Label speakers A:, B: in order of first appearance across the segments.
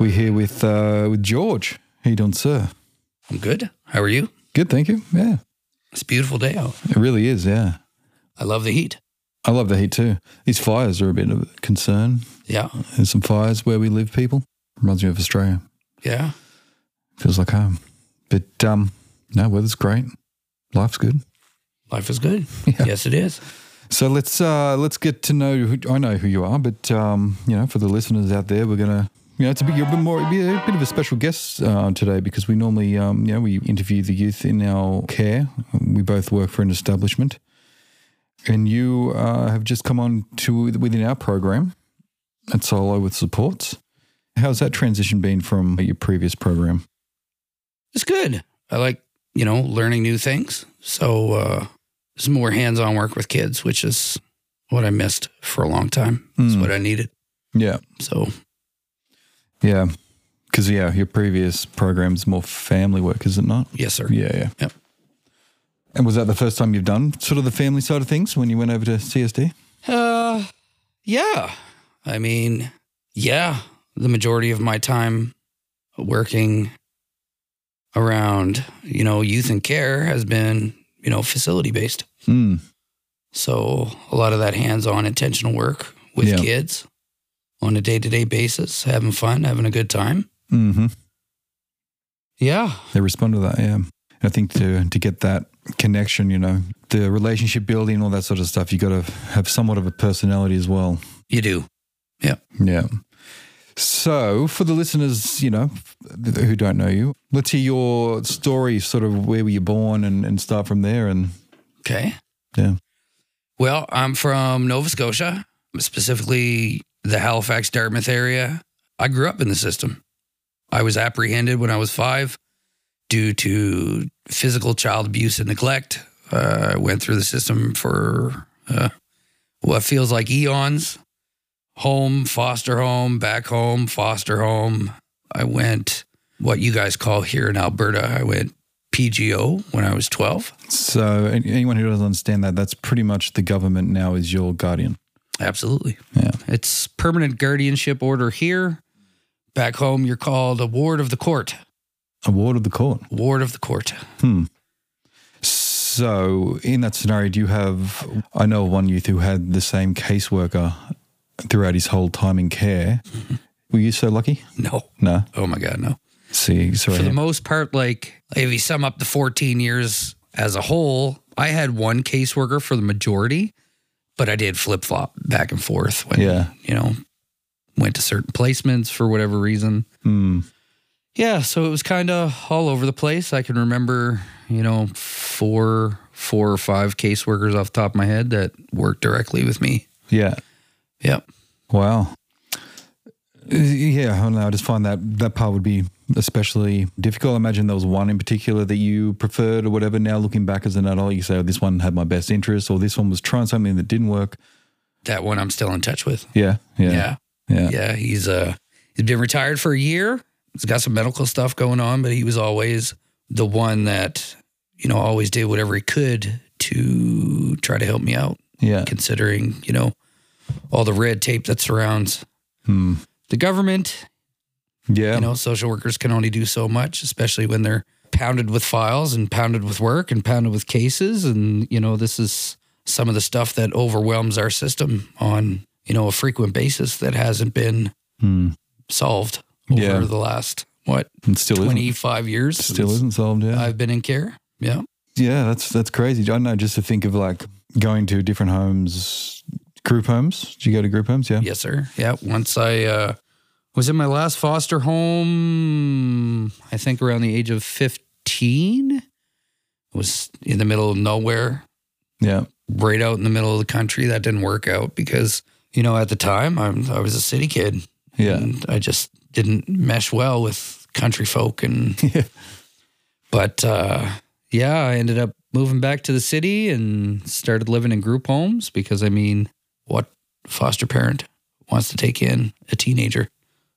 A: We're here with uh, with George. How you doing, sir?
B: I'm good. How are you?
A: Good, thank you. Yeah,
B: It's a beautiful day out.
A: it really is. Yeah,
B: I love the heat.
A: I love the heat too. These fires are a bit of a concern.
B: Yeah.
A: There's some fires where we live. People reminds me of Australia.
B: Yeah.
A: Feels like home. But um, no, weather's great. Life's good.
B: Life is good. Yes, it is.
A: So let's uh, let's get to know. Who, I know who you are, but um, you know, for the listeners out there, we're gonna. You know, it's a bit, you're a bit more, be a bit of a special guest uh, today because we normally, um, you know, we interview the youth in our care. We both work for an establishment, and you uh, have just come on to within our program at Solo with Supports. How's that transition been from your previous program?
B: It's good. I like, you know, learning new things. So uh it's more hands on work with kids, which is what I missed for a long time. It's
A: Mm.
B: what I needed.
A: Yeah,
B: So
A: yeah, because yeah, your previous program's more family work, is it not?
B: yes, sir.
A: Yeah, yeah.
B: Yep.
A: And was that the first time you've done sort of the family side of things when you went over to CSD?
B: Uh, yeah. I mean, yeah. The majority of my time working around, you know, youth and care has been, you know, facility based.
A: Mm.
B: So a lot of that hands on intentional work with
A: Yeah.
B: kids on a day to day basis, having fun, having a good time.
A: hmm
B: Yeah.
A: They respond to that, yeah. And I think to to get that connection, you know, the relationship building, all that sort of stuff, you got to have somewhat of a personality as well.
B: You do.
A: Yeah. So for the listeners, you know, th- who don't know you, let's hear your story, sort of where were you born, and, and start from there. And
B: Okay.
A: Yeah.
B: Well, I'm from Nova Scotia, specifically the Halifax, Dartmouth area. I grew up in the system. I was apprehended when I was five due to physical child abuse and neglect. Uh, I went through the system for uh, what feels like eons home, foster home, back home, foster home. I went what you guys call here in Alberta, I went PGO when I was 12.
A: so an- anyone who doesn't understand that, that's pretty much the government now is your guardian.
B: Absolutely.
A: Yeah.
B: It's permanent guardianship order here. Back home, you're called a ward of the court.
A: A ward of the court.
B: Ward of the court.
A: Hmm. So, in that scenario, do you have? I know of one youth who had the same caseworker throughout his whole time in care.
B: Mm-hmm.
A: Were you so lucky?
B: No.
A: No.
B: Oh my God, no.
A: See,
B: For the
A: sorry.
B: most part, like if you sum up the 14 years as a whole, I had one caseworker for the majority, but I did flip flop back and forth when,
A: Yeah.
B: you know, went to certain placements for whatever reason.
A: Mm.
B: Yeah, so it was kind of all over the place. I can remember, you know, four, four or five caseworkers off the top of my head that worked directly with me.
A: Yeah.
B: Yep.
A: Wow. Uh, Yeah, I don't know. I just find that that part would be especially difficult. I imagine there was one in particular that you preferred or whatever. Now, looking back as an adult, you say, oh, this one had my best interest, or this one was trying something that didn't work.
B: That one I'm still in touch with.
A: Yeah. Yeah. Yeah.
B: Yeah. Yeah, he's uh he's been retired for a year. He's got some medical stuff going on, but he was always the one that, you know, always did whatever he could to try to help me out
A: yeah.
B: considering, you know, all the red tape that surrounds
A: Hmm.
B: the government
A: Yeah.
B: You know, social workers can only do so much, especially when they're pounded with files and pounded with work and pounded with cases. And, you know, this is some of the stuff that overwhelms our system on, you know, a frequent basis that hasn't been
A: Hmm.
B: solved over
A: Yeah.
B: the last, what,
A: And still isn't
B: 25 years?
A: still
B: since
A: isn't solved. Yeah,
B: I've been in care. Yeah.
A: yeah, that's that's crazy. I know. Just to think of like going to different homes, group homes. Do you go to group homes? Yeah.
B: Yes, sir. Yeah. Once I uh, was in my last foster home, I think around the age of 15, was in the middle of nowhere.
A: Yeah.
B: right out in the middle of the country. That didn't work out because, you know, at the time I'm, I was a city kid.
A: Yeah.
B: And I just didn't mesh well with country folk. And,
A: Yeah.
B: but, uh, yeah, I ended up moving back to the city and started living in group homes because I mean, what foster parent wants to take in a teenager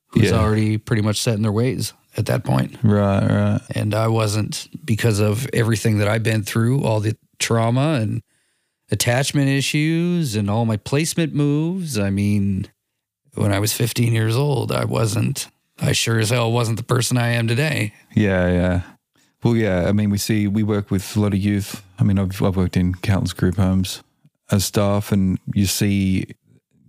B: who's
A: Yeah.
B: already pretty much set in their ways at that point?
A: Right. Right.
B: and I wasn't because of everything that I've been through, all the trauma and attachment issues and all my placement moves. I mean, when I was 15 years old, I wasn't I sure as hell wasn't the person I am today.
A: Yeah, yeah. Well, yeah. I mean, we see we work with a lot of youth. I mean, I've I've worked in countless group homes as staff, and you see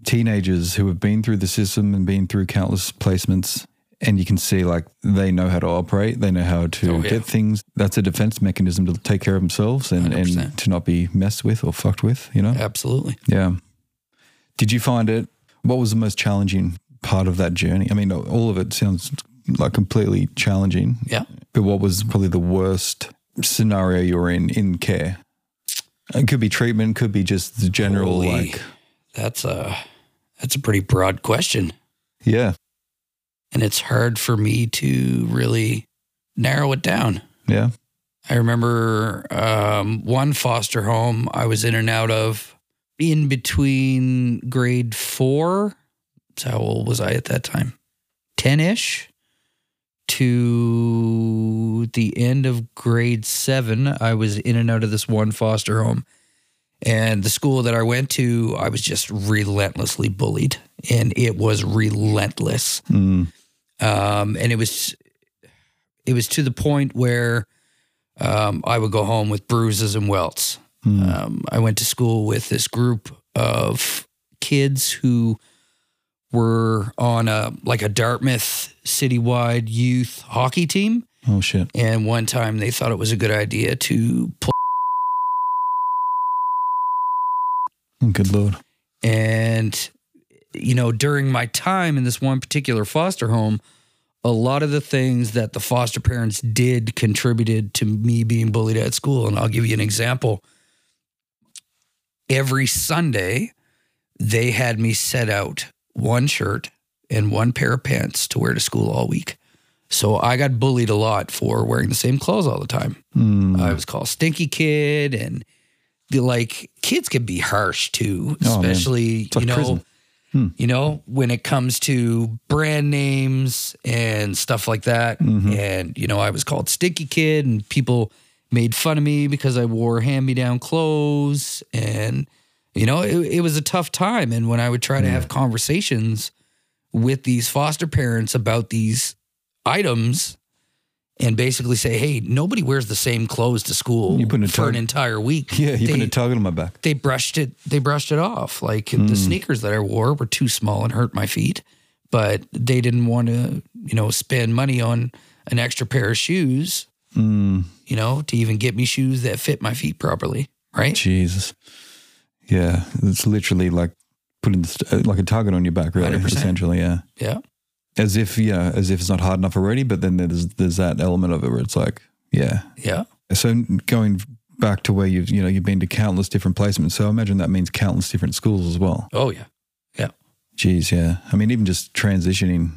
A: teenagers who have been through the system and been through countless placements, and you can see like they know how to operate, they know how to
B: Oh, yeah.
A: get things. That's a defense mechanism to take care of themselves and, and
B: 100%.
A: to not be messed with or fucked with. You know.
B: Absolutely.
A: Yeah. Did you find it? What was the most challenging part of that journey? I mean, all of it sounds like completely challenging.
B: Yeah.
A: But what was probably the worst scenario you were in in care? It could be treatment, could be just the general
B: Holy.
A: like,
B: That's a that's a pretty broad question,
A: yeah,
B: and it's hard for me to really narrow it down.
A: yeah,
B: I remember um, one foster home I was in and out of in between grade four. So how old was I at that time? 10 ish to the end of grade seven. I was in and out of this one foster home. And the school that I went to, I was just relentlessly bullied. And it was relentless
A: mm,
B: um, and it was it was to the point where um, I would go home with bruises and welts.
A: mm,
B: Um, I went to school with this group of kids who were on a like a Dartmouth citywide youth hockey team,
A: oh shit,
B: and one time they thought it was a good idea to pull,
A: Oh, good lord,
B: and you know during my time in this one particular foster home a lot of the things that the foster parents did contributed to me being bullied at school. And I'll give you an example. Every Sunday, they had me set out one shirt and one pair of pants to wear to school all week. So I got bullied a lot for wearing the same clothes all the time.
A: mm,
B: I Uh, was called Stinky Kid, and the, like kids can be harsh too,
A: Oh, man.
B: especially
A: like
B: you know,
A: prison. Hmm.
B: you know when it comes to brand names and stuff like that.
A: Mhm.
B: And you know, I was called Stinky Kid, and people made fun of me because I wore hand-me-down clothes, and you know, it, it was a tough time. And when I would try to have conversations with these foster parents about these items and basically say, hey, nobody wears the same clothes to school
A: You putting a
B: for an
A: tar-
B: entire week.
A: yeah, you
B: they,
A: put a target on my back.
B: they brushed it they brushed it off. Like
A: Hmm.
B: the sneakers that I wore were too small and hurt my feet, but they didn't want to, you know, spend money on an extra pair of shoes,
A: Mm,
B: you know, to even get me shoes that fit my feet properly. Right.
A: Jesus, yeah, it's literally like putting st- uh, like a target on your back, really,
B: 100%.
A: essentially, yeah.
B: Yeah.
A: As if yeah, as if it's not hard enough already, but then there's there's that element of it where it's like, yeah,
B: Yeah.
A: So going back to where you've you know you've been to countless different placements. So I imagine that means countless different schools as well.
B: Oh yeah.
A: Geez, yeah. I mean, even just transitioning,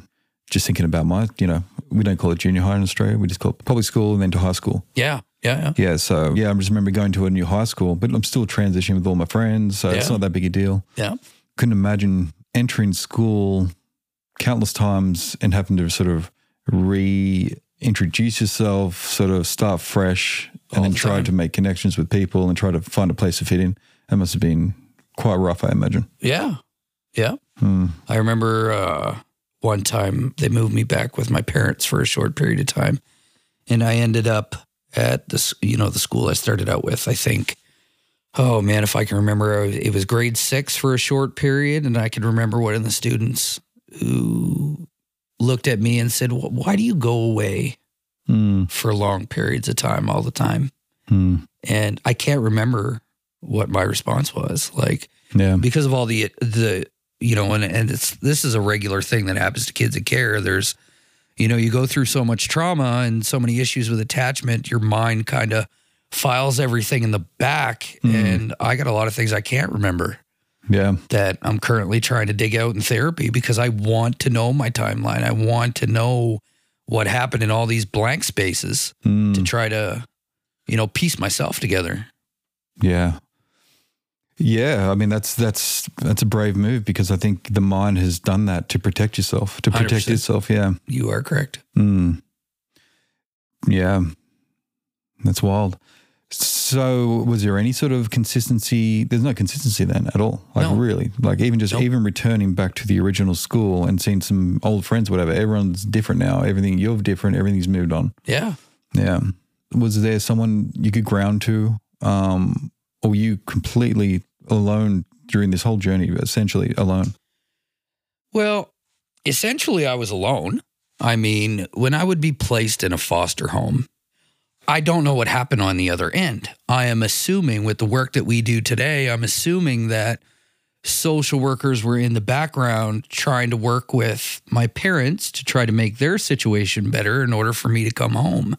A: just thinking about my, you know, we don't call it junior high in Australia. We just call it public school and then to high school.
B: Yeah. Yeah. yeah.
A: Yeah. So yeah, I just remember going to a new high school, but I'm still transitioning with all my friends, so it's
B: Yeah.
A: not that big a deal.
B: Yeah.
A: Couldn't imagine entering school countless times and having to sort of reintroduce yourself, sort of start fresh, and
B: All
A: then
B: the
A: try
B: time.
A: to make connections with people and try to find a place to fit in. That must have been quite rough, I imagine.
B: Yeah. Yeah.
A: Hmm.
B: I remember uh, one time they moved me back with my parents for a short period of time, and I ended up at this, you know, the school I started out with. I think, oh man, if I can remember, I- it was grade six for a short period, and I can remember one of the students who looked at me and said, "Wh- "Why do you go away
A: Hmm.
B: for long periods of time all the time?"
A: Hmm.
B: And I can't remember what my response was. Like,
A: Yeah.
B: because of all the the you know and and it's this is a regular thing that happens to kids in care there's you know you go through so much trauma and so many issues with attachment your mind kind of files everything in the back
A: Mhm.
B: and i got a lot of things i can't remember
A: Yeah.
B: that i'm currently trying to dig out in therapy because i want to know my timeline i want to know what happened in all these blank spaces
A: Hmm.
B: to try to you know piece myself together
A: Yeah. Yeah, I mean that's that's that's a brave move because I think the mind has done that to protect yourself, to protect
B: 100%.
A: itself. Yeah,
B: you
A: Hmm.
B: are correct
A: mm. yeah, that's wild. So, was there any sort of consistency? There's no consistency then at all. Like,
B: No.
A: really, like even just
B: Nope.
A: even returning back to the original school and seeing some old friends, whatever. Everyone's different now. Everything you're different. Everything's moved on.
B: Yeah.
A: Yeah. Was there someone you could ground to, um, or were you completely alone during this whole journey? Essentially alone.
B: Well, essentially, I was alone. I mean, when I would be placed in a foster home, I don't know what happened on the other end. I am assuming with the work that we do today, I'm assuming that social workers were in the background trying to work with my parents to try to make their situation better in order for me to come home.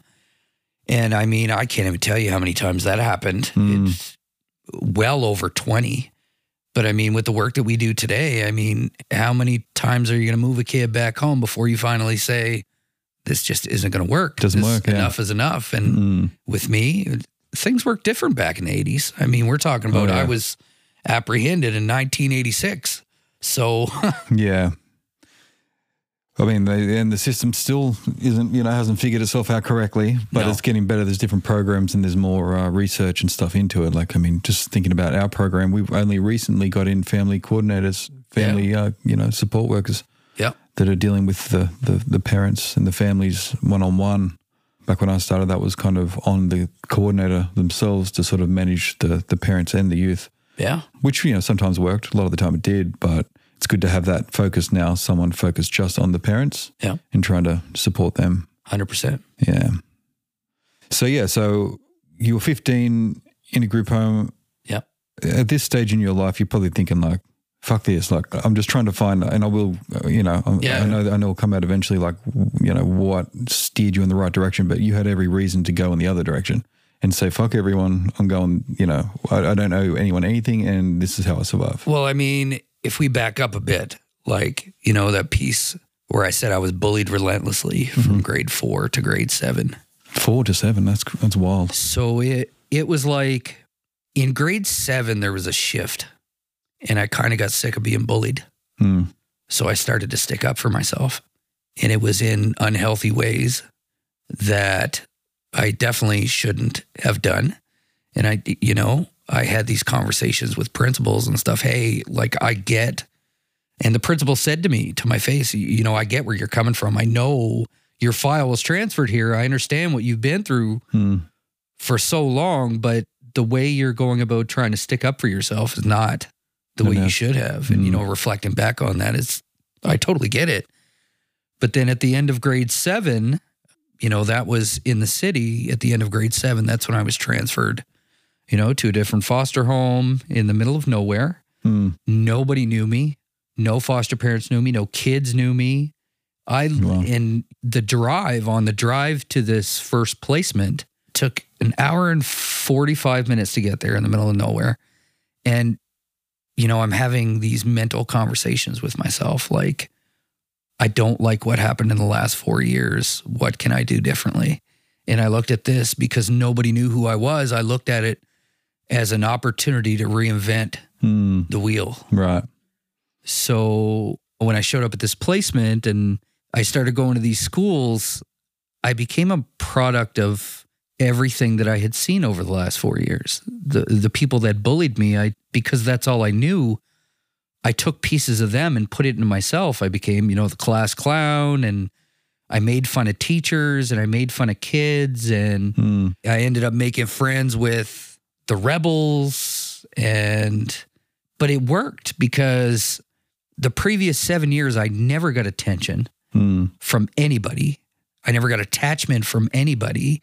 B: And I mean, I can't even tell you how many times that happened.
A: Mm.
B: It's well over 20. But I mean, with the work that we do today, I mean, how many times are you going to move a kid back home before you finally say, this just isn't going to work?
A: Doesn't
B: This-
A: work, yeah.
B: Enough is enough. And
A: Mm.
B: with me, things worked different back in the 80s. I mean, we're talking about
A: Oh, yeah.
B: I was apprehended in 1986. So,
A: Yeah. I mean, they, and the system still isn't, you know, hasn't figured itself out correctly, but
B: No.
A: it's getting better. There's different programs and there's more uh, research and stuff into it. Like, I mean, just thinking about our program, we've only recently got in family coordinators, family, uh, you know, support workers
B: Yep.
A: that are dealing with the, the, the parents and the families one on one. Back when I started, that was kind of on the coordinator themselves to sort of manage the, the parents and the youth
B: yeah,
A: which you know sometimes worked. A lot of the time it did, but it's good to have that focus now. Someone focused just on the parents
B: Yeah.
A: and trying to support them.
B: 100%.
A: Yeah. So yeah, so you were 15 in a group home.
B: Yep.
A: At this stage in your life, you're probably thinking like, "Fuck this!" Like I'm just trying to find, and I will, uh, you know, I'm,
B: Yeah.
A: I know, I know, it'll come out eventually. Like w- you know, what steered you in the right direction, but you had every reason to go in the other direction and say, "Fuck everyone, I'm going." You know, I, I don't owe anyone anything, and this is how I survive.
B: Well, I mean, if we back up a bit, like, you know, that piece where I said I was bullied relentlessly
A: Mm-hmm.
B: from grade four to grade seven.
A: Four to seven. That's that's wild.
B: So it it was like in grade seven there was a shift, and I kind of got sick of being bullied.
A: Hmm.
B: So I started to stick up for myself, and it was in unhealthy ways that I definitely shouldn't have done. And I, you know, I had these conversations with principals and stuff. Hey, like I get, and the principal said to me to my face, "You- you know, I get where you're coming from. I know your file was transferred here. I understand what you've been through
A: Hmm.
B: for so long, but the way you're going about trying to stick up for yourself is not the way you
A: Enough.
B: should have. And you
A: Mm.
B: know, reflecting back on that, it's I totally get it. But then at the end of grade seven, you know, that was in the city at the end of grade seven. That's when I was transferred, you know, to a different foster home in the middle of nowhere.
A: Hmm.
B: Nobody knew me. No foster parents knew me. No kids knew me. I
A: Wow.
B: and the drive on the drive to this first placement took an hour and 45 minutes to get there in the middle of nowhere. And you know, I'm having these mental conversations with myself like I don't like what happened in the last 4 years. What can I do differently? And I looked at this because nobody knew who I was. I looked at it as an opportunity to reinvent
A: Hmm.
B: the wheel.
A: Right.
B: So when I showed up at this placement and I started going to these schools, I became a product of everything that I had seen over the last four years. The the people that bullied me, I because that's all I knew, I took pieces of them and put it into myself. I became, you know, the class clown and I made fun of teachers and I made fun of kids and
A: Hmm.
B: I ended up making friends with the rebels and but it worked because the previous 7 years I never got attention
A: Hmm.
B: from anybody. I never got attachment from anybody.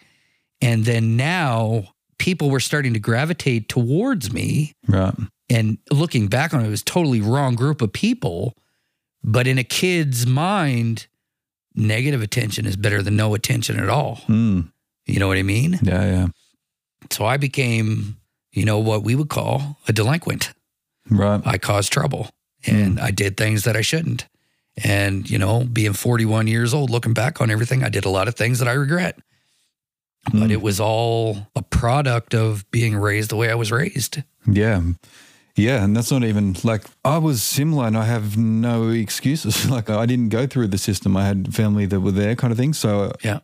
B: And then now people were starting to gravitate towards me
A: Right.
B: and looking back on it, it was totally wrong group of people. But in a kid's mind, negative attention is better than no attention at all.
A: Hmm.
B: You know what I mean?
A: Yeah. Yeah.
B: So I became, you know, what we would call a delinquent.
A: Right.
B: I caused trouble and I did things that I shouldn't. And, you know, being 41 years old, looking back on everything, I did a lot of things that I regret. But
A: Mm.
B: it was all a product of being raised the way I was raised.
A: Yeah. Yeah, and that's not even like I was similar and I have no excuses. Like I didn't go through the system. I had family that were there kind of thing. So
B: Yeah.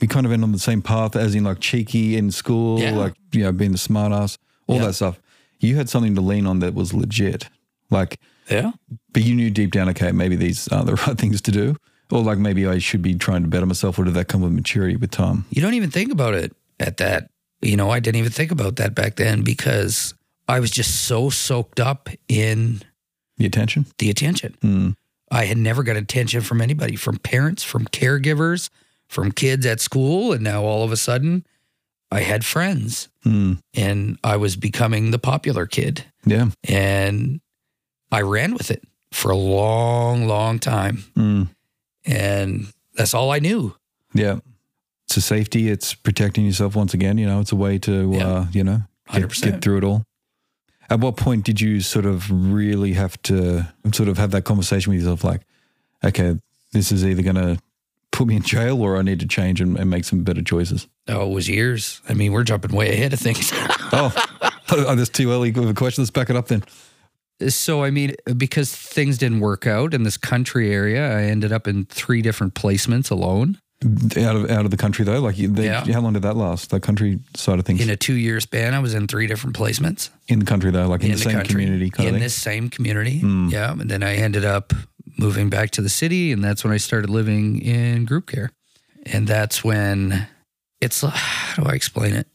A: we kind of end on the same path as in like cheeky in school,
B: Yeah.
A: like, you know, being the smart ass, all
B: Yeah.
A: that stuff. You had something to lean on that was legit. Like,
B: Yeah.
A: but you knew deep down, okay, maybe these are the right things to do. Or like maybe I should be trying to better myself, or did that come with maturity with time?
B: You don't even think about it at that. You know, I didn't even think about that back then because I was just so soaked up in
A: The attention?
B: the attention.
A: Mm.
B: I had never got attention from anybody, from parents, from caregivers, from kids at school. And now all of a sudden, I had friends
A: Mm.
B: and I was becoming the popular kid.
A: Yeah.
B: And I ran with it for a long, long time.
A: Mm.
B: And that's all I knew.
A: Yeah. It's a safety. It's protecting yourself once again. You know, it's a way to,
B: Yeah.
A: uh, you know, get,
B: 100%.
A: get through it all. At what point did you sort of really have to sort of have that conversation with yourself like, okay, this is either going to put me in jail or I need to change and, and make some better choices?
B: No, Oh, it was years. I mean, we're jumping way ahead of things.
A: Oh, oh that's too early of a question. Let's back it up then.
B: so, I mean, because things didn't work out in this country area, I ended up in three different placements alone
A: Out of out of the country though, like you- they,
B: Yeah.
A: how long did that last? The country side of things
B: in
A: in,
B: a two year span. I was in three different placements.
A: the country though, like in, the, same
B: country,
A: community kind
B: in
A: of thing.
B: this same community.
A: Mm.
B: Yeah, and then I ended up moving back to the city, and that's when I started living in group care, and that's when it's uh, how do I explain it?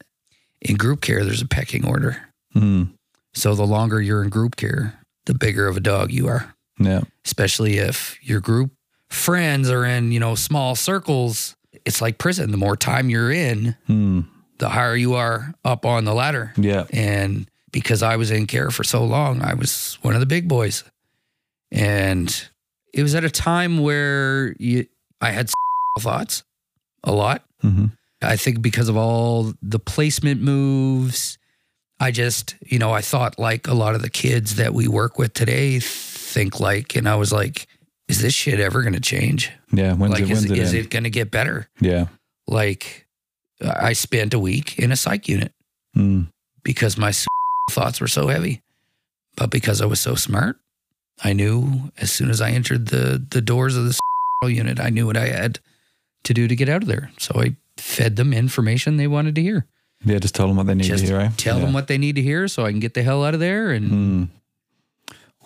B: In group care, there's a pecking order.
A: Mm.
B: So the longer you're in group care, the bigger of a dog you are.
A: Yeah,
B: Especially if your group friends are in you know small circles, it's like prison. The more time you're in,
A: mm.
B: the higher you are up on the ladder.
A: yeah,
B: And because I was in care for so long, I was one of the big boys. And it was at a time where you, I had thoughts a lot.
A: hmm
B: I think because of all the placement moves, I just, you know, I thought like a lot of the kids that we work with today think like, and I was like, is this shit ever going to change?
A: yeah. When's
B: like,
A: it?
B: is,
A: When's it,
B: is
A: end?
B: it going to get better?
A: Yeah.
B: Like, I spent a week in a psych unit
A: Mm.
B: because my s- thoughts were so heavy. But because I was so smart, I knew as soon as I entered the the doors of the s- unit, I knew what I had to do to get out of there. So I fed them information they wanted to hear.
A: Yeah. Just tell them what they need
B: Just
A: to hear. Eh?
B: Tell
A: yeah.
B: them what they need to hear so I can get the hell out of there and
A: Mm.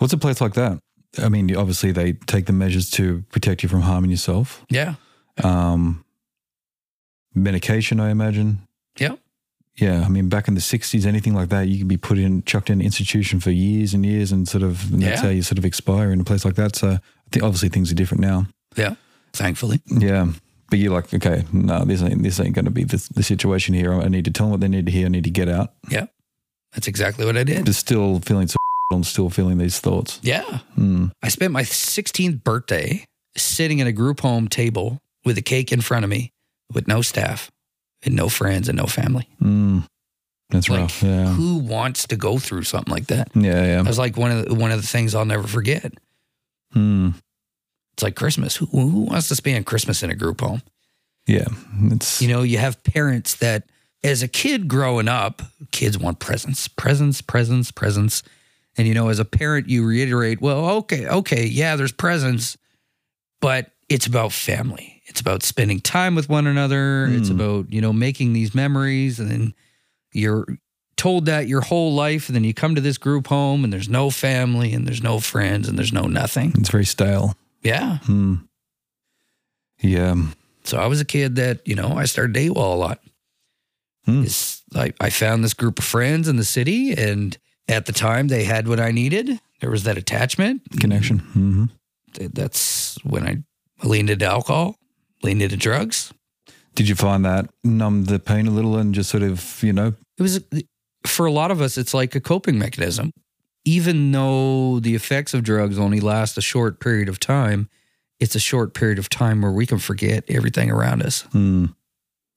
A: What's a place like that? I mean, obviously they take the measures to protect you from harming yourself.
B: yeah.
A: Um, medication, I imagine.
B: Yeah.
A: Yeah, I mean, back in the '60s, anything like that, you could be put in, chucked in an institution for years and years, and sort of and that's
B: Yeah.
A: how you sort of expire in a place like that. So, I think obviously things are different now.
B: Thankfully.
A: Yeah, but you're like, okay, no, this ain't this ain't going to be the, the situation here. I need to tell them what they need to hear. I need to get out.
B: That's exactly what I did.
A: But still feeling so, I'm still feeling these thoughts.
B: Yeah.
A: Mm.
B: I spent my 16th birthday sitting at a group home table with a cake in front of me with no staff and no friends and no family.
A: Mm. That's
B: Like,
A: rough. Yeah.
B: who wants to go through something like that?
A: Yeah, yeah.
B: It was like one of the, one of the things I'll never forget. It's
A: Mm.
B: like Christmas. Who, who wants to spend Christmas in a group home?
A: Yeah. It's
B: You know, you have parents that, as a kid growing up, kids want presents, presents, presents, presents. And you know, as a parent, you reiterate, well, okay, okay, yeah, there's presents, but it's about family. It's about spending time with one another. It's
A: Hmm.
B: about, you know, making these memories. And then you're told that your whole life. And then you come to this group home and there's no family and there's no friends and there's no nothing.
A: it's very stale.
B: Yeah.
A: Mm. Yeah.
B: So I was a kid that, you know, I started AWOL a lot.
A: Hmm.
B: It's like I found this group of friends in the city, and at the time they had what I needed. There was that attachment.
A: Connection. hmm
B: Th- That's when I leaned into alcohol, leaned into drugs.
A: Did you find that numbed the pain a little and just sort of, you know,
B: It was for a lot of us, it's like a coping mechanism. Even though the effects of drugs only last a short period of time, it's a short period of time where we can forget everything around us.
A: mm,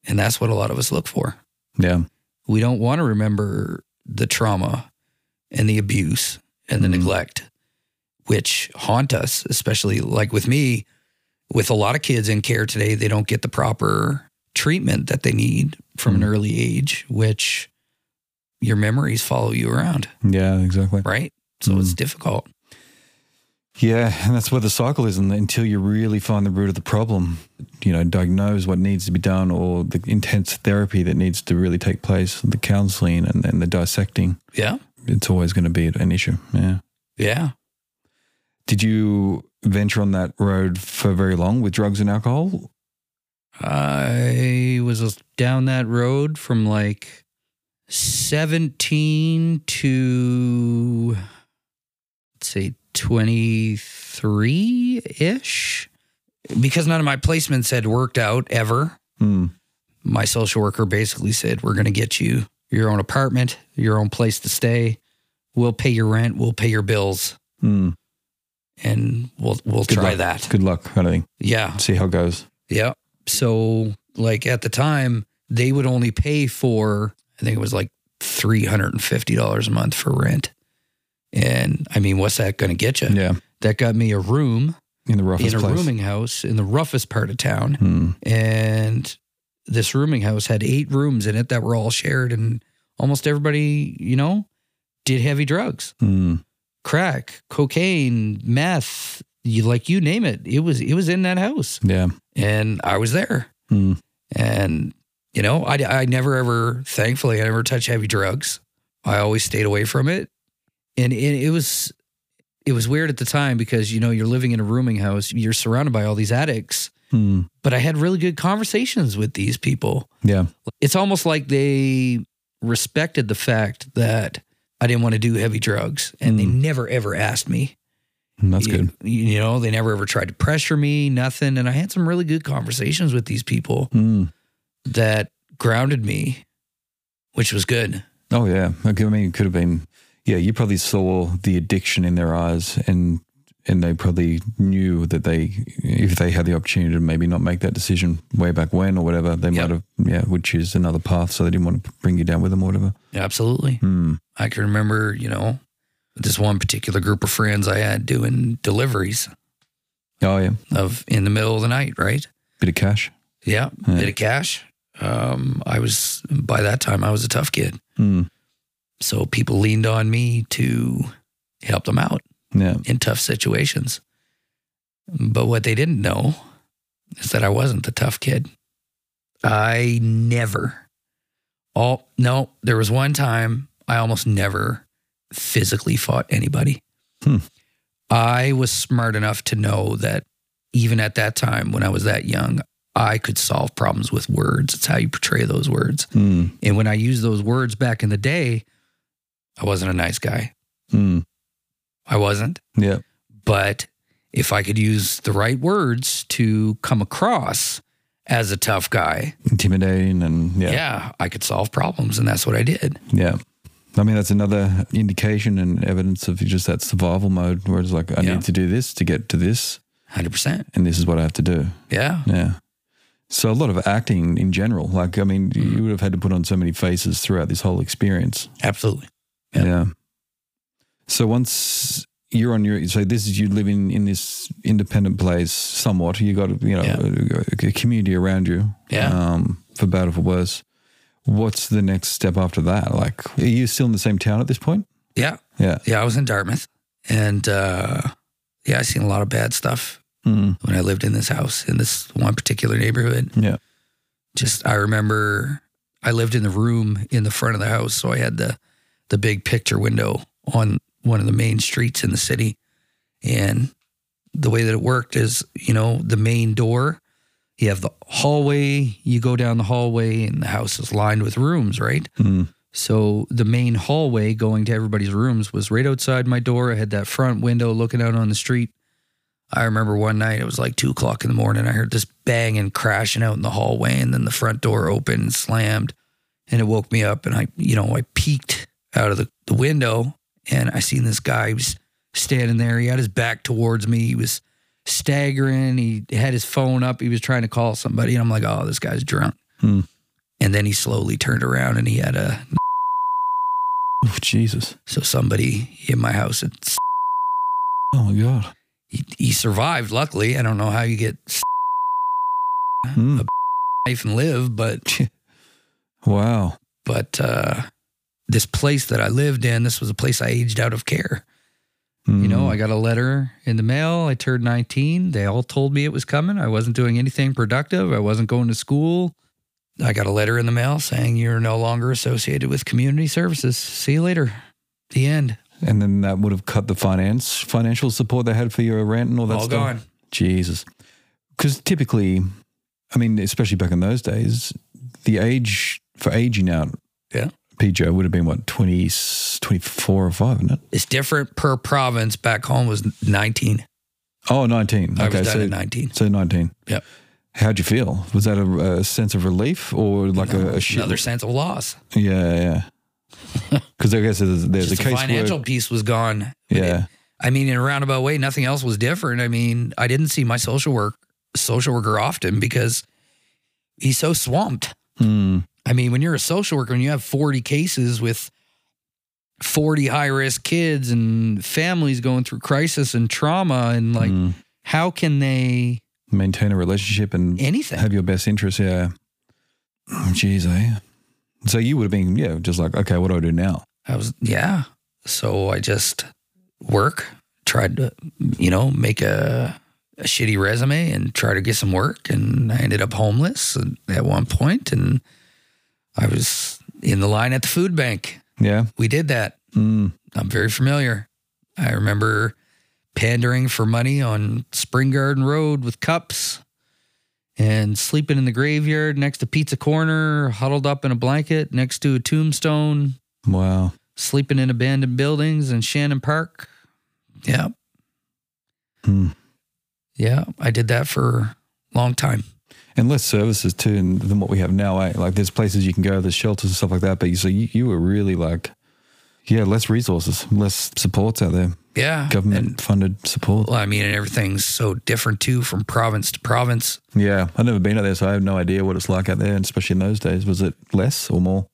B: And that's what a lot of us look for.
A: yeah.
B: we don't want to remember the trauma and the abuse and the
A: Mhm.
B: neglect which haunt us especially like with me with a lot of kids in care today they don't get the proper treatment that they need from an
A: Mhm.
B: early age which your memories follow you around
A: Yeah, exactly.
B: right so it's difficult
A: Yeah. And that's where the cycle is. And until you really find the root of the problem, you know diagnose what needs to be done or the intense therapy that needs to really take place, the counselling and then the dissecting.
B: Yeah.
A: It's always going to be an issue. Yeah.
B: Yeah.
A: Did you venture on that road for very long with drugs and alcohol?
B: I was down that road from like 17 to, let's say, 23 ish. Because none of my placements had worked out ever,
A: Hmm.
B: my social worker basically said, We're going to get you your own apartment, your own place to stay. We'll pay your rent, we'll pay your bills,
A: Hmm.
B: and we'll, we'll
A: Good
B: try
A: luck.
B: that.
A: Good luck, kind of thing.
B: Yeah.
A: See how it goes.
B: Yeah. So like at the time, they would only pay for I think it was like three hundred and fifty dollars a month for rent. And I mean, what's that going to get you?
A: Yeah.
B: That got me a room
A: In the roughest
B: in a
A: place.
B: rooming house in the roughest part of town,
A: Hmm.
B: and this rooming house had eight rooms in it that were all shared, and almost everybody, you know, did heavy drugs,
A: Hmm.
B: crack, cocaine, meth, you like you name it. It was it was in that house,
A: Yeah.
B: and I was there.
A: Hmm.
B: And, you know, I, I never ever, thankfully, I never touched heavy drugs. I always stayed away from it. And it, it was, it was weird at the time because, you know, you're living in a rooming house, you're surrounded by all these addicts,
A: Hmm.
B: but I had really good conversations with these people.
A: Yeah.
B: It's almost like they respected the fact that I didn't want to do heavy drugs and they
A: Mm.
B: never ever asked me.
A: That's
B: You-
A: good.
B: You know, they never ever tried to pressure me, nothing. And I had some really good conversations with these people
A: Hmm.
B: that grounded me, which was good.
A: Oh yeah, Okay, I mean, it could have been. Yeah, you probably saw the addiction in their eyes, and and they probably knew that they, if they had the opportunity to maybe not make that decision way back when or whatever, they
B: Yep.
A: might have, yeah, would choose another path. So they didn't want to bring you down with them or whatever.
B: Absolutely.
A: Hmm.
B: I can remember, you know, this one particular group of friends I had doing deliveries
A: Oh yeah,
B: of in the middle of the night, right?
A: bit of cash.
B: Yeah.
A: Yeah.
B: Bit of cash. Um, I was by that time I was a tough kid.
A: Hmm.
B: So people leaned on me to help them out
A: Yeah.
B: in tough situations. But what they didn't know is that I wasn't the tough kid. I never, oh, no, there was one time I almost never physically fought anybody.
A: Hmm.
B: I was smart enough to know that even at that time when I was that young, I could solve problems with words. It's how you portray those words.
A: Hmm.
B: And when I used those words back in the day, I wasn't a nice guy.
A: Hmm.
B: I wasn't
A: Yeah.
B: but if I could use the right words to come across as a tough guy,
A: Intimidating and
B: yeah.
A: yeah.
B: I could solve problems. And that's what I did.
A: Yeah. I mean, that's another indication and evidence of just that survival mode where it's like, I
B: Yeah.
A: need to do this to get to this,
B: 100%.
A: and this is what I have to do.
B: Yeah.
A: Yeah. So a lot of acting in general. Like, I mean, you-
B: Mm-hmm.
A: you would have had to put on so many faces throughout this whole experience.
B: Absolutely. Yeah.
A: Yeah. So once you're on your, so this is you living in this independent place somewhat. You got you know
B: Yeah.
A: a, a community around you.
B: Yeah.
A: Um, for better or for worse. What's the next step after that? Like, are you still in the same town at this point?
B: Yeah.
A: Yeah.
B: Yeah. I was in Dartmouth and, uh, yeah, I seen a lot of bad stuff
A: Mm.
B: when I lived in this house in this one particular neighborhood.
A: Yeah.
B: Just, I remember I lived in the room in the front of the house. So I had the, the big picture window on one of the main streets in the city. And the way that it worked is, you know, the main door, you have the hallway, you go down the hallway, and the house is lined with rooms, right?
A: Mm.
B: So the main hallway going to everybody's rooms was right outside my door. I had that front window looking out on the street. I remember one night it was like two o'clock in the morning. I heard this bang and crashing out in the hallway, and then the front door opened and slammed, and it woke me up. And I, you know, I peeked out of the, the window, and I seen this guy he was standing there. He had his back towards me. He was staggering. He had his phone up. He was trying to call somebody, and I'm like, oh, this guy's drunk.
A: Hmm.
B: And then he slowly turned around, and he had a
A: Oh, Jesus.
B: so somebody in my house, had, s-
A: Oh my God.
B: he, he survived. Luckily, I don't know how you get s-
A: Mm.
B: life and live, but
A: Wow.
B: but uh, this place that I lived in, this was a place I aged out of care.
A: Mm.
B: You
A: Hmm.
B: know, I got a letter in the mail. I turned 19. They all told me it was coming. I wasn't doing anything productive. I wasn't going to school. I got a letter in the mail saying you're no longer associated with community services. See you later. The end.
A: and then that would have cut the finance financial support they had for your rent and all that
B: all
A: stuff.
B: gone.
A: Jesus. Because typically, I mean, especially back in those days, the age for aging out,
B: Yeah.
A: PJ would have been what, 20, 24 or 5, isn't it?
B: It's different per province. Back home was 19.
A: Oh, 19.
B: I was done
A: so,
B: at 19.
A: so 19.
B: Yep.
A: How'd you feel? Was that a, a sense of relief or like a, a shit?
B: Another sense of loss.
A: Yeah, yeah. Because I guess there's, there's a
B: Just the
A: case
B: financial piece was gone.
A: Yeah.
B: I mean, in a roundabout way, nothing else was different. I mean, I didn't see my social work social worker often because he's so swamped.
A: Mm,
B: I mean, when you're a social worker and you have 40 cases with 40 high risk kids and families going through crisis and trauma, and like,
A: mm.
B: how can they
A: maintain a relationship and
B: anything?
A: have your best interests. Yeah. Jeez, eh? So you would have been, yeah, just like, okay, what do I do now?
B: I was, yeah. So I just work, tried to, you know, make a, a shitty resume and try to get some work. And I ended up homeless and- at one point, and I was in the line at the food bank.
A: Yeah.
B: We did that.
A: Mm.
B: I'm very familiar. I remember pandering for money on Spring Garden Road with cups and sleeping in the graveyard next to Pizza Corner, huddled up in a blanket next to a tombstone
A: Wow.
B: sleeping in abandoned buildings in Shannon Park. Yeah.
A: Hmm.
B: Yeah. I did that for a long time.
A: And less services too and- than what we have now. Eh? Like there's places you can go, there's shelters and stuff like that. But you, so you, you were really like, yeah, less resources, less supports out there,
B: Yeah.
A: government funded support.
B: Well, I mean, and everything's so different too from province to province.
A: Yeah. I've never been out there, so I have no idea what it's like out there. And especially in those days, was it less or more?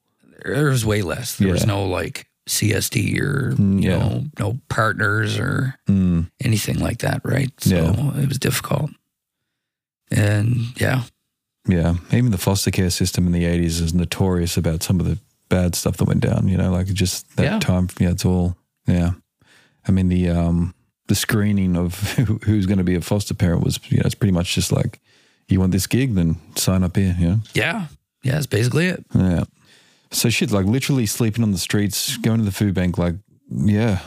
B: There was way less. There was
A: Yeah.
B: no like CSD or,
A: Mm,
B: you
A: yeah.
B: know, no partners or
A: Mm.
B: anything like that. Right. So
A: Yeah.
B: it was difficult. And yeah.
A: Yeah. Even the foster care system in the 80s is notorious about some of the bad stuff that went down, you know, like just that
B: Yeah.
A: time. Yeah. It's all, yeah. I mean, the, um, the screening of who, who's going to be a foster parent was, you know, it's pretty much just like, you want this gig, then sign up here, you know?
B: Yeah. Yeah. That's basically it.
A: Yeah. So shit, like literally sleeping on the streets, going to the food bank, like, yeah.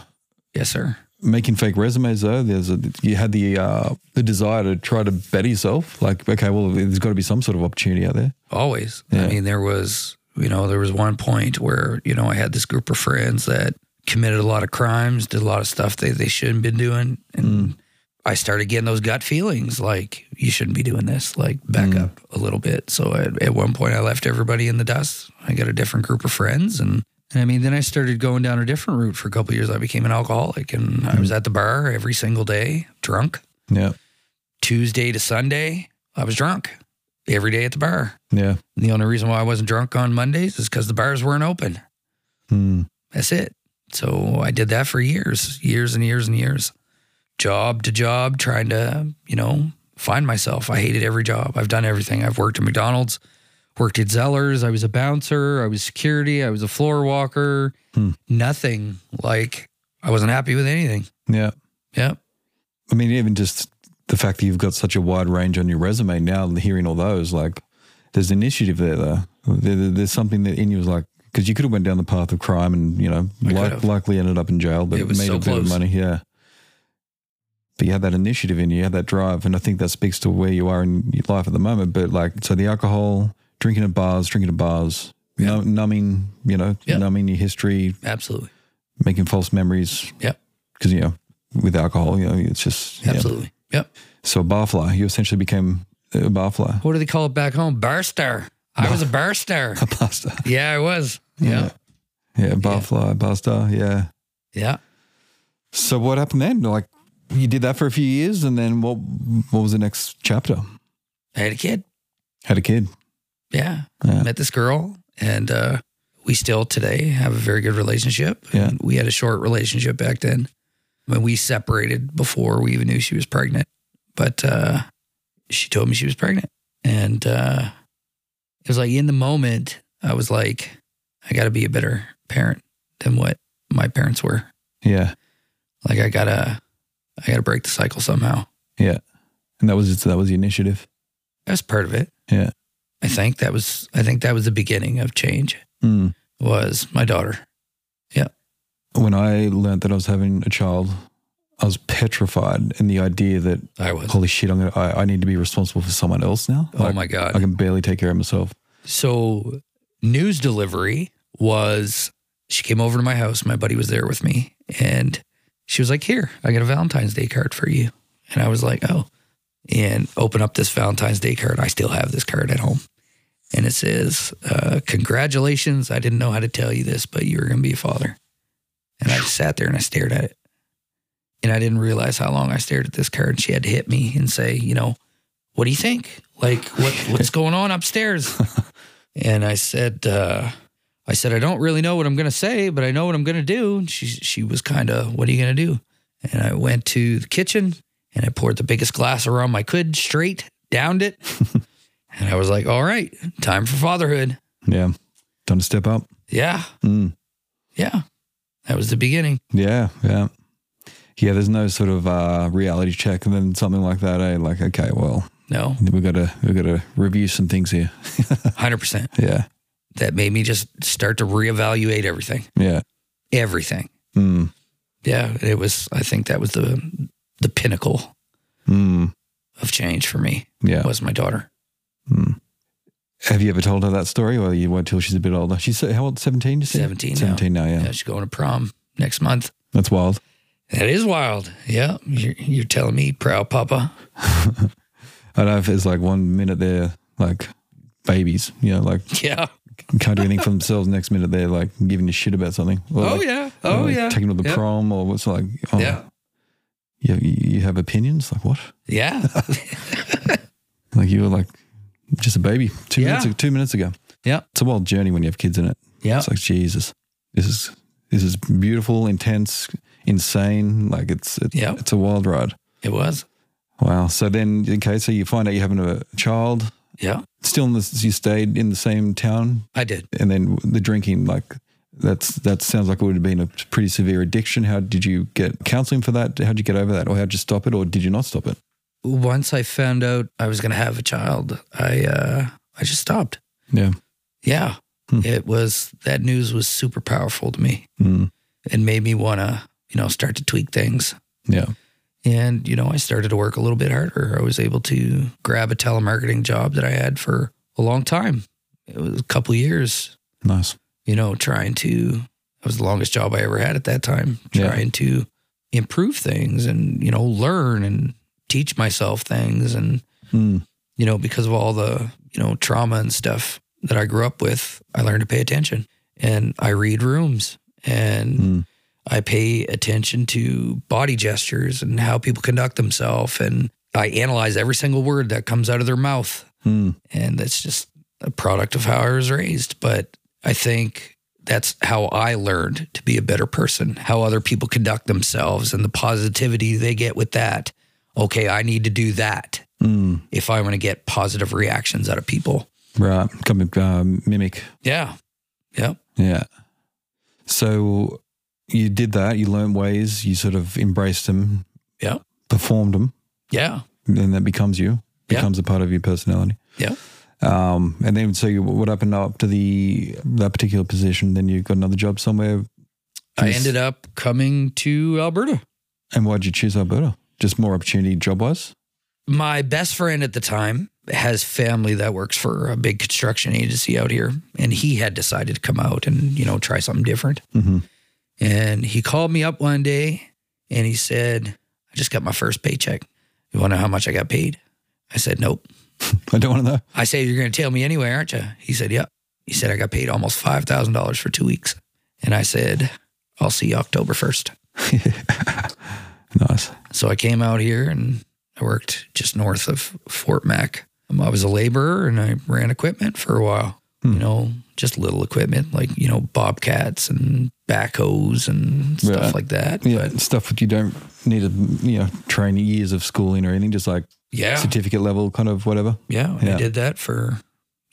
B: Yes, sir.
A: Making fake resumes though, there's a, you had the uh, the desire to try to better yourself. Like, okay, well, there's got to be some sort of opportunity out there.
B: always.
A: Yeah.
B: I mean, there was, you know, there was one point where, you know, I had this group of friends that committed a lot of crimes, did a lot of stuff they, they shouldn't been doing. And
A: Mm.
B: I started getting those gut feelings like, you shouldn't be doing this, like back
A: Mm.
B: up a little bit. So at, at one point I left everybody in the dust. I got a different group of friends and, and I mean, then I started going down a different route for a couple of years. I became an alcoholic and
A: Mm.
B: I was at the bar every single day, drunk.
A: Yeah.
B: Tuesday to Sunday, I was drunk every day at the bar.
A: Yeah.
B: The only reason why I wasn't drunk on Mondays is because the bars weren't open.
A: Mm.
B: That's it. So I did that for years, years and years and years, job to job, trying to, you know, find myself. I hated every job. I've done everything. I've worked at McDonald's, worked at Zellers. I was a bouncer. I was security. I was a floor walker.
A: Hmm.
B: Nothing. Like I wasn't happy with anything.
A: Yeah.
B: Yep.
A: I mean, even just the fact that you've got such a wide range on your resume now, and hearing all those, like, there's initiative there, though. There, there- there's something that in you was like, because you could have went down the path of crime and, you know,
B: I could
A: li-
B: have.
A: likely ended up in jail, but
B: It was
A: made
B: so
A: a bit of
B: close.
A: money. Yeah. But you had that initiative in you, you had that drive. And I think that speaks to where you are in your life at the moment. But like, so the alcohol, drinking at bars, drinking at bars,
B: Yeah.
A: nu- numbing, you know,
B: Yeah.
A: numbing your history,
B: Absolutely.
A: making false memories.
B: Yep.
A: Because, you know, with alcohol, you know, it's just, yeah.
B: Absolutely. Yep.
A: So barfly, you essentially became uh, a barfly,
B: What do they call it back home? Bar star. I was a bar star.
A: a pasta.
B: Yeah, I was. yeah.
A: Yeah, barfly, pasta. Yeah.
B: Yeah.
A: So what happened then? Like you did that for a few years, and then what? What was the next chapter?
B: I had a kid.
A: Had a kid.
B: Yeah.
A: Yeah.
B: Met this girl and uh, we still today have a very good relationship.
A: Yeah.
B: And we had a short relationship back then when we separated before we even knew she was pregnant. But uh, she told me she was pregnant. And uh, it was like in the moment, I was like, I got to be a better parent than what my parents were.
A: Yeah.
B: Like I gotta, I gotta break the cycle somehow.
A: Yeah. And that was that was the initiative.
B: That's part of it.
A: Yeah.
B: I think that was, I think that was the beginning of change.
A: Mm.
B: Was my daughter.
A: When I learned that I was having a child, I was petrified in the idea that
B: I was.
A: holy shit, I'm gonna I, I need to be responsible for someone else now.
B: Oh
A: Like,
B: my god.
A: I can barely take care of myself.
B: So news delivery was she came over to my house. My buddy was there with me, and she was like, "Here, I got a Valentine's Day card for you." And I was like, "Oh," and open up this Valentine's Day card. I still have this card at home, and it says, uh, "Congratulations! I didn't know how to tell you this, but you're going to be a father." And I just sat there and I stared at it, and I didn't realize how long I stared at this card. She had to hit me and say, "You know, what do you think? Like, what what's going on upstairs?" And I said, uh, I said, I don't really know what I'm gonna say, but I know what I'm gonna do. And she she was kind of, what are you gonna do? And I went to the kitchen and I poured the biggest glass of rum I could straight, downed it, and I was like, all right, time for fatherhood.
A: Yeah. Time to step up.
B: Yeah,
A: Mm.
B: yeah, that was the beginning.
A: Yeah. Yeah. Yeah, there's no sort of uh, reality check and then something like that, eh? Like, okay, well,
B: No,
A: we gotta we gotta review some things here.
B: hundred percent.
A: Yeah.
B: That made me just start to reevaluate everything,
A: Yeah.
B: everything.
A: Mm.
B: Yeah, it was. I think that was the the pinnacle
A: Mm.
B: of change for me
A: Yeah.
B: was my daughter.
A: Mm. Have you ever told her that story, or you wait till she's a bit older? She's how old? Seventeen? You said?
B: 17 now.
A: Seventeen now. yeah.
B: Yeah, she's going to prom next month.
A: That's wild.
B: That is wild. Yeah, you're, you're telling me, proud papa.
A: I don't know if it's like one minute they're like babies, you know, like
B: Yeah.
A: can't do anything for themselves. Next minute they're like giving a shit about something. Or,
B: oh
A: like,
B: yeah.
A: you know,
B: Oh
A: like,
B: yeah.
A: Taking them to the
B: Yep.
A: prom, or what's like? Oh,
B: Yeah.
A: You, you have opinions? Like what?
B: Yeah.
A: Like you were like just a baby two
B: Yeah.
A: minutes two minutes ago.
B: Yep.
A: It's a wild journey when you have kids in it.
B: yeah.
A: It's like Jesus, this is this is beautiful, intense, insane. Like it's it's,
B: Yeah.
A: it's a wild ride.
B: It was.
A: Wow. So then, okay, so you find out you're having a child.
B: Yeah.
A: Still, in this, you stayed in the same town,
B: I did.
A: and then the drinking, like that's that sounds like it would have been a pretty severe addiction. How did you get counseling for that? How would you get over that, or how would you stop it, or did you not stop it?
B: Once I found out I was going to have a child, I uh, I just stopped.
A: Yeah.
B: Yeah.
A: Hmm.
B: It was that news was super powerful to me
A: Mm,
B: and made me want to you know start to tweak things.
A: yeah.
B: And, you know, I started to work a little bit harder. I was able to grab a telemarketing job that I had for a long time. It was a couple years,
A: Nice.
B: you know, trying to, that was the longest job I ever had at that time,
A: Yeah.
B: trying to improve things and, you know, learn and teach myself things. And,
A: Mm,
B: you know, because of all the, you know, trauma and stuff that I grew up with, I learned to pay attention and I read rooms and,
A: mm,
B: I pay attention to body gestures and how people conduct themselves. And I analyze every single word that comes out of their mouth.
A: mm,
B: And that's just a product of how I was raised. But I think that's how I learned to be a better person, how other people conduct themselves and the positivity they get with that. Okay, I need to do that
A: mm.
B: if I want to get positive reactions out of people.
A: Right. Come uh, mimic.
B: Yeah. Yep.
A: Yeah. So you did that. You learned ways. You sort of embraced them.
B: Yeah.
A: Performed them.
B: Yeah.
A: then that becomes you,
B: Yeah.
A: becomes a part of your personality.
B: Yeah.
A: Um, and then so you, what happened up to the that particular position? Then you got another job somewhere.
B: I ended up coming to Alberta.
A: And why'd you choose Alberta? Just more opportunity job wise.
B: my best friend at the time has family that works for a big construction agency out here and he had decided to come out and you know try something different
A: Mm-hmm.
B: and he called me up one day and he said i just got my first paycheck you want to know how much i got paid i said nope
A: I don't want to know.
B: i said you're going to tell me anyway aren't you he said yep he said i got paid almost $5000 for two weeks and i said i'll see you october 1st
A: Nice.
B: So I came out here and I worked just north of Fort Mac. Um, I was a laborer and I ran equipment for a while.
A: Hmm.
B: You know, just little equipment like you know bobcats and backhoes and stuff
A: Right.
B: like that.
A: Yeah.
B: But
A: stuff that you don't need to you know train years of schooling or anything. Just like
B: yeah,
A: certificate level kind of whatever.
B: yeah,
A: Yeah.
B: I did that for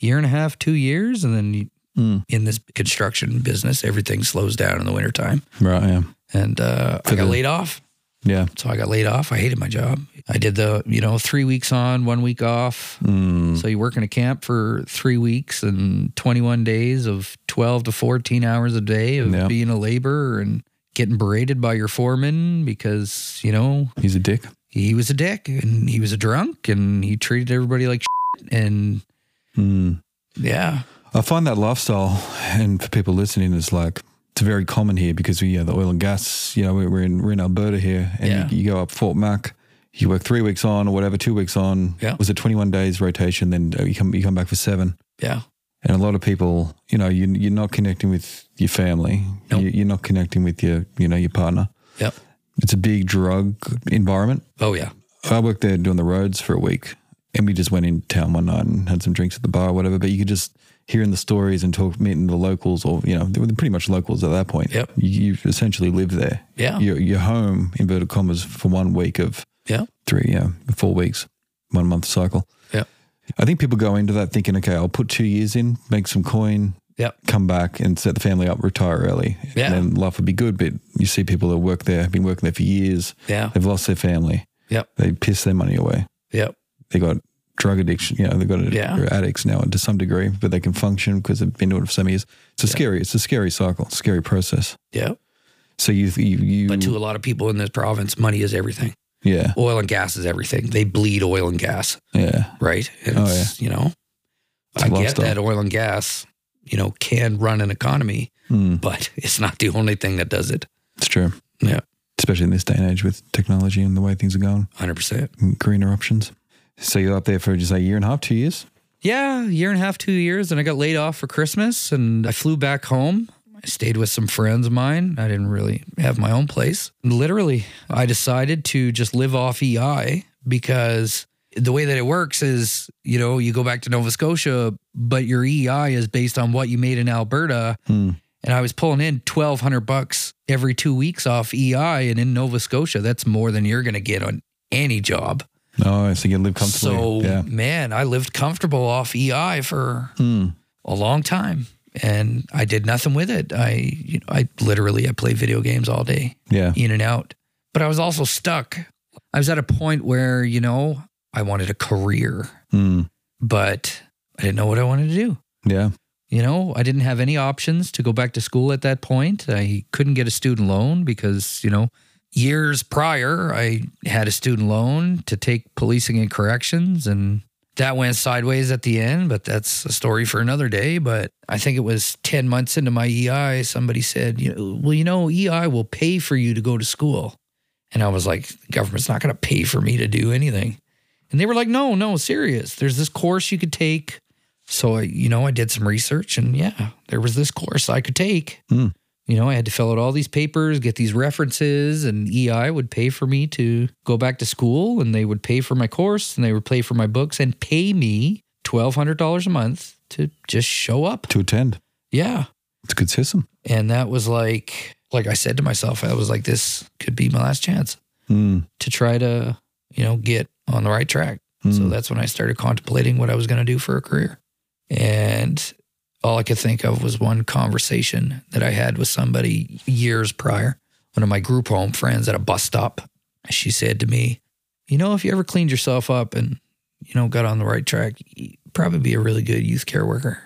B: a year and a half, two years, and then you-
A: Mm.
B: in this construction business, everything slows down in the wintertime.
A: Right. Yeah.
B: and uh, I
A: For
B: got
A: the-
B: laid off.
A: Yeah.
B: So I got laid off. I hated my job. I did the, you know, three weeks on, one week off.
A: Mm.
B: So you work in a camp for three weeks and 21 days of 12 to 14 hours a day of
A: Yeah.
B: being a laborer and getting berated by your foreman because, you know,
A: He's a dick.
B: he was a dick and he was a drunk and he treated everybody like shit. And
A: Mm.
B: yeah,
A: I find that lifestyle, and for people listening, it's like it's very common here because we yeah, the oil and gas. You know, we- we're in we're in Alberta here, and
B: Yeah.
A: you, you go up Fort Mac, you work three weeks on or whatever, two weeks on.
B: Yeah.
A: was it twenty one days rotation? Then uh, you come you come back for seven.
B: yeah,
A: And a lot of people, you know, you, you're not connecting with your family.
B: Nope.
A: You, you're not connecting with your you know your partner.
B: Yep.
A: it's a big drug environment.
B: oh yeah,
A: I worked there doing the roads for a week, and we just went in town one night and had some drinks at the bar, or whatever. But you could just hearing the stories and talk, meeting the locals, or you know, they were pretty much locals at that point.
B: Yep. Oh.
A: You, you essentially live there.
B: yeah,
A: Your your home inverted commas for one week of
B: yeah,
A: three, yeah, four weeks, one month cycle.
B: Yep.
A: I think people go into that thinking, okay, I'll put two years in, make some coin,
B: Yep.
A: come back and set the family up, retire early,
B: Yeah.
A: and then life would be good. But you see people that work there, have been working there for years,
B: yeah,
A: they've lost their family,
B: Yep.
A: they piss their money away
B: yeah,
A: they got drug addiction. You know, they've got
B: Yeah.
A: they're addicts now to some degree, but they can function because they've been doing it for some years. It's a
B: Yeah.
A: scary, it's a scary cycle, scary process.
B: yeah.
A: So you, you, you
B: But to a lot of people in this province, money is everything.
A: yeah,
B: Oil and gas is everything. They bleed oil and gas.
A: yeah,
B: right? And
A: Oh,
B: it's, you know,
A: It's a
B: I get
A: lifestyle.
B: that oil and gas, you know, can run an economy,
A: mm,
B: but it's not the only thing that does it.
A: it's true.
B: Yeah.
A: especially in this day and age with technology and the way things are going,
B: 100%.
A: and greener options. So you're up there for just a year and a half, two years.
B: Yeah, year and a half, two years. And I got laid off for Christmas and I flew back home. I stayed with some friends of mine. I didn't really have my own place. Literally, I decided to just live off EI because the way that it works is, you know, you go back to Nova Scotia, but your EI is based on what you made in Alberta.
A: Mm,
B: and I was pulling in twelve hundred bucks every two weeks off EI, and in Nova Scotia, that's more than you're going to get on any job.
A: Oh, so you live comfortably.
B: So
A: yeah.
B: man, I lived comfortable off EI for
A: Mm,
B: a long time, and I did nothing with it. I, you know, I literally I played video games all day,
A: yeah.
B: in and out. But I was also stuck. I was at a point where you know I wanted a career,
A: Mm,
B: but I didn't know what I wanted to do.
A: yeah.
B: You know, I didn't have any options to go back to school at that point. I couldn't get a student loan because, you know, years prior, I had a student loan to take policing and corrections, and that went sideways at the end, but that's a story for another day. But I think it was 10 months into my EI, somebody said, you know, well, you know, EI will pay for you to go to school. And I was like, the government's not going to pay for me to do anything. And they were like, no, no, serious. There's this course you could take so I, you know, I did some research and yeah, there was this course I could take.
A: Hmm.
B: You know, I had to fill out all these papers, get these references, and EI would pay for me to go back to school and they would pay for my course and they would pay for my books and pay me $1,200 a month to just show up.
A: To attend,
B: Yeah.
A: it's a good system.
B: And that was like, like I said to myself, I was like, this could be my last chance
A: Mm,
B: to try to, you know, get on the right track.
A: mm,
B: So that's when I started contemplating what I was going to do for a career. And all I could think of was one conversation that I had with somebody years prior, one of my group home friends at a bus stop. She said to me, You know, if you ever cleaned yourself up and, you know, got on the right track, you'd probably be a really good youth care worker.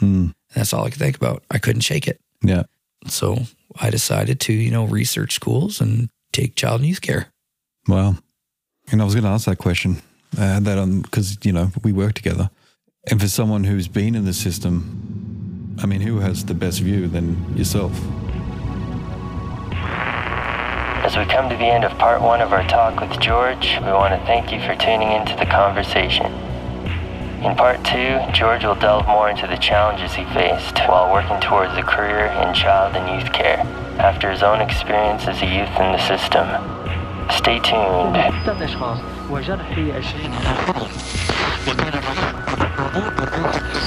A: mm,
B: And that's all I could think about. I couldn't shake it.
A: Yeah.
B: So I decided to, you know, research schools and take child and youth care.
A: Wow. And I was going to ask that question. I had that on because, you know, we work together. And for someone who's been in the system, I mean, who has the best view than yourself?
C: As we come to the end of part one of our talk with George, we want to thank you for tuning into the conversation. In part two, George will delve more into the challenges he faced while working towards a career in child and youth care after his own experience as a youth in the system. Stay tuned.
D: ثلاث أشخاص وجرحي 20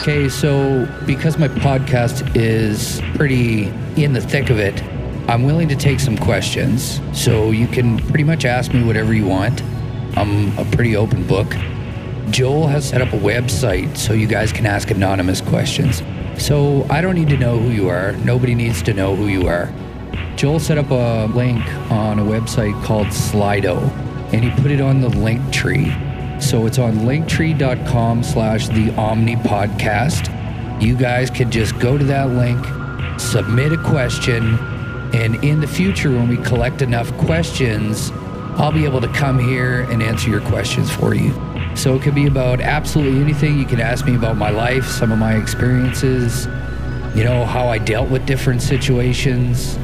B: Okay, so because my podcast is pretty in the thick of it, I'm willing to take some questions. So you can pretty much ask me whatever you want. I'm a pretty open book. Joel has set up a website so you guys can ask anonymous questions. So I don't need to know who you are. Nobody needs to know who you are. Joel set up a link on a website called Slido, and he put it on the link tree. So it's on linktree.com slash the Omni Podcast. You guys could just go to that link, submit a question, and in the future, when we collect enough questions, I'll be able to come here and answer your questions for you. So it could be about absolutely anything. You can ask me about my life, some of my experiences, you know, how I dealt with different situations.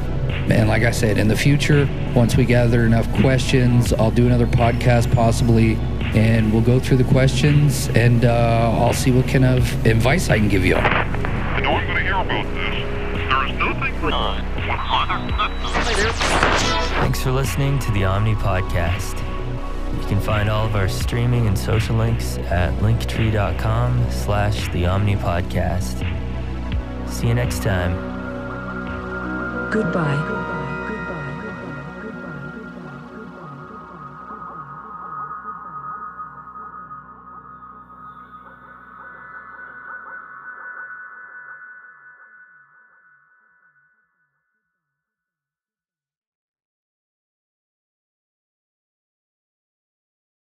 B: And like I said, in the future, once we gather enough questions, I'll do another podcast possibly, and we'll go through the questions and uh, I'll see what kind of advice I can give you. all.
E: I know I'm going to hear about this. There is nothing wrong.
C: Thanks for listening to the Omni Podcast. You can find all of our streaming and social links at linktree.com slash the Omni Podcast. See you next time.
F: Goodbye.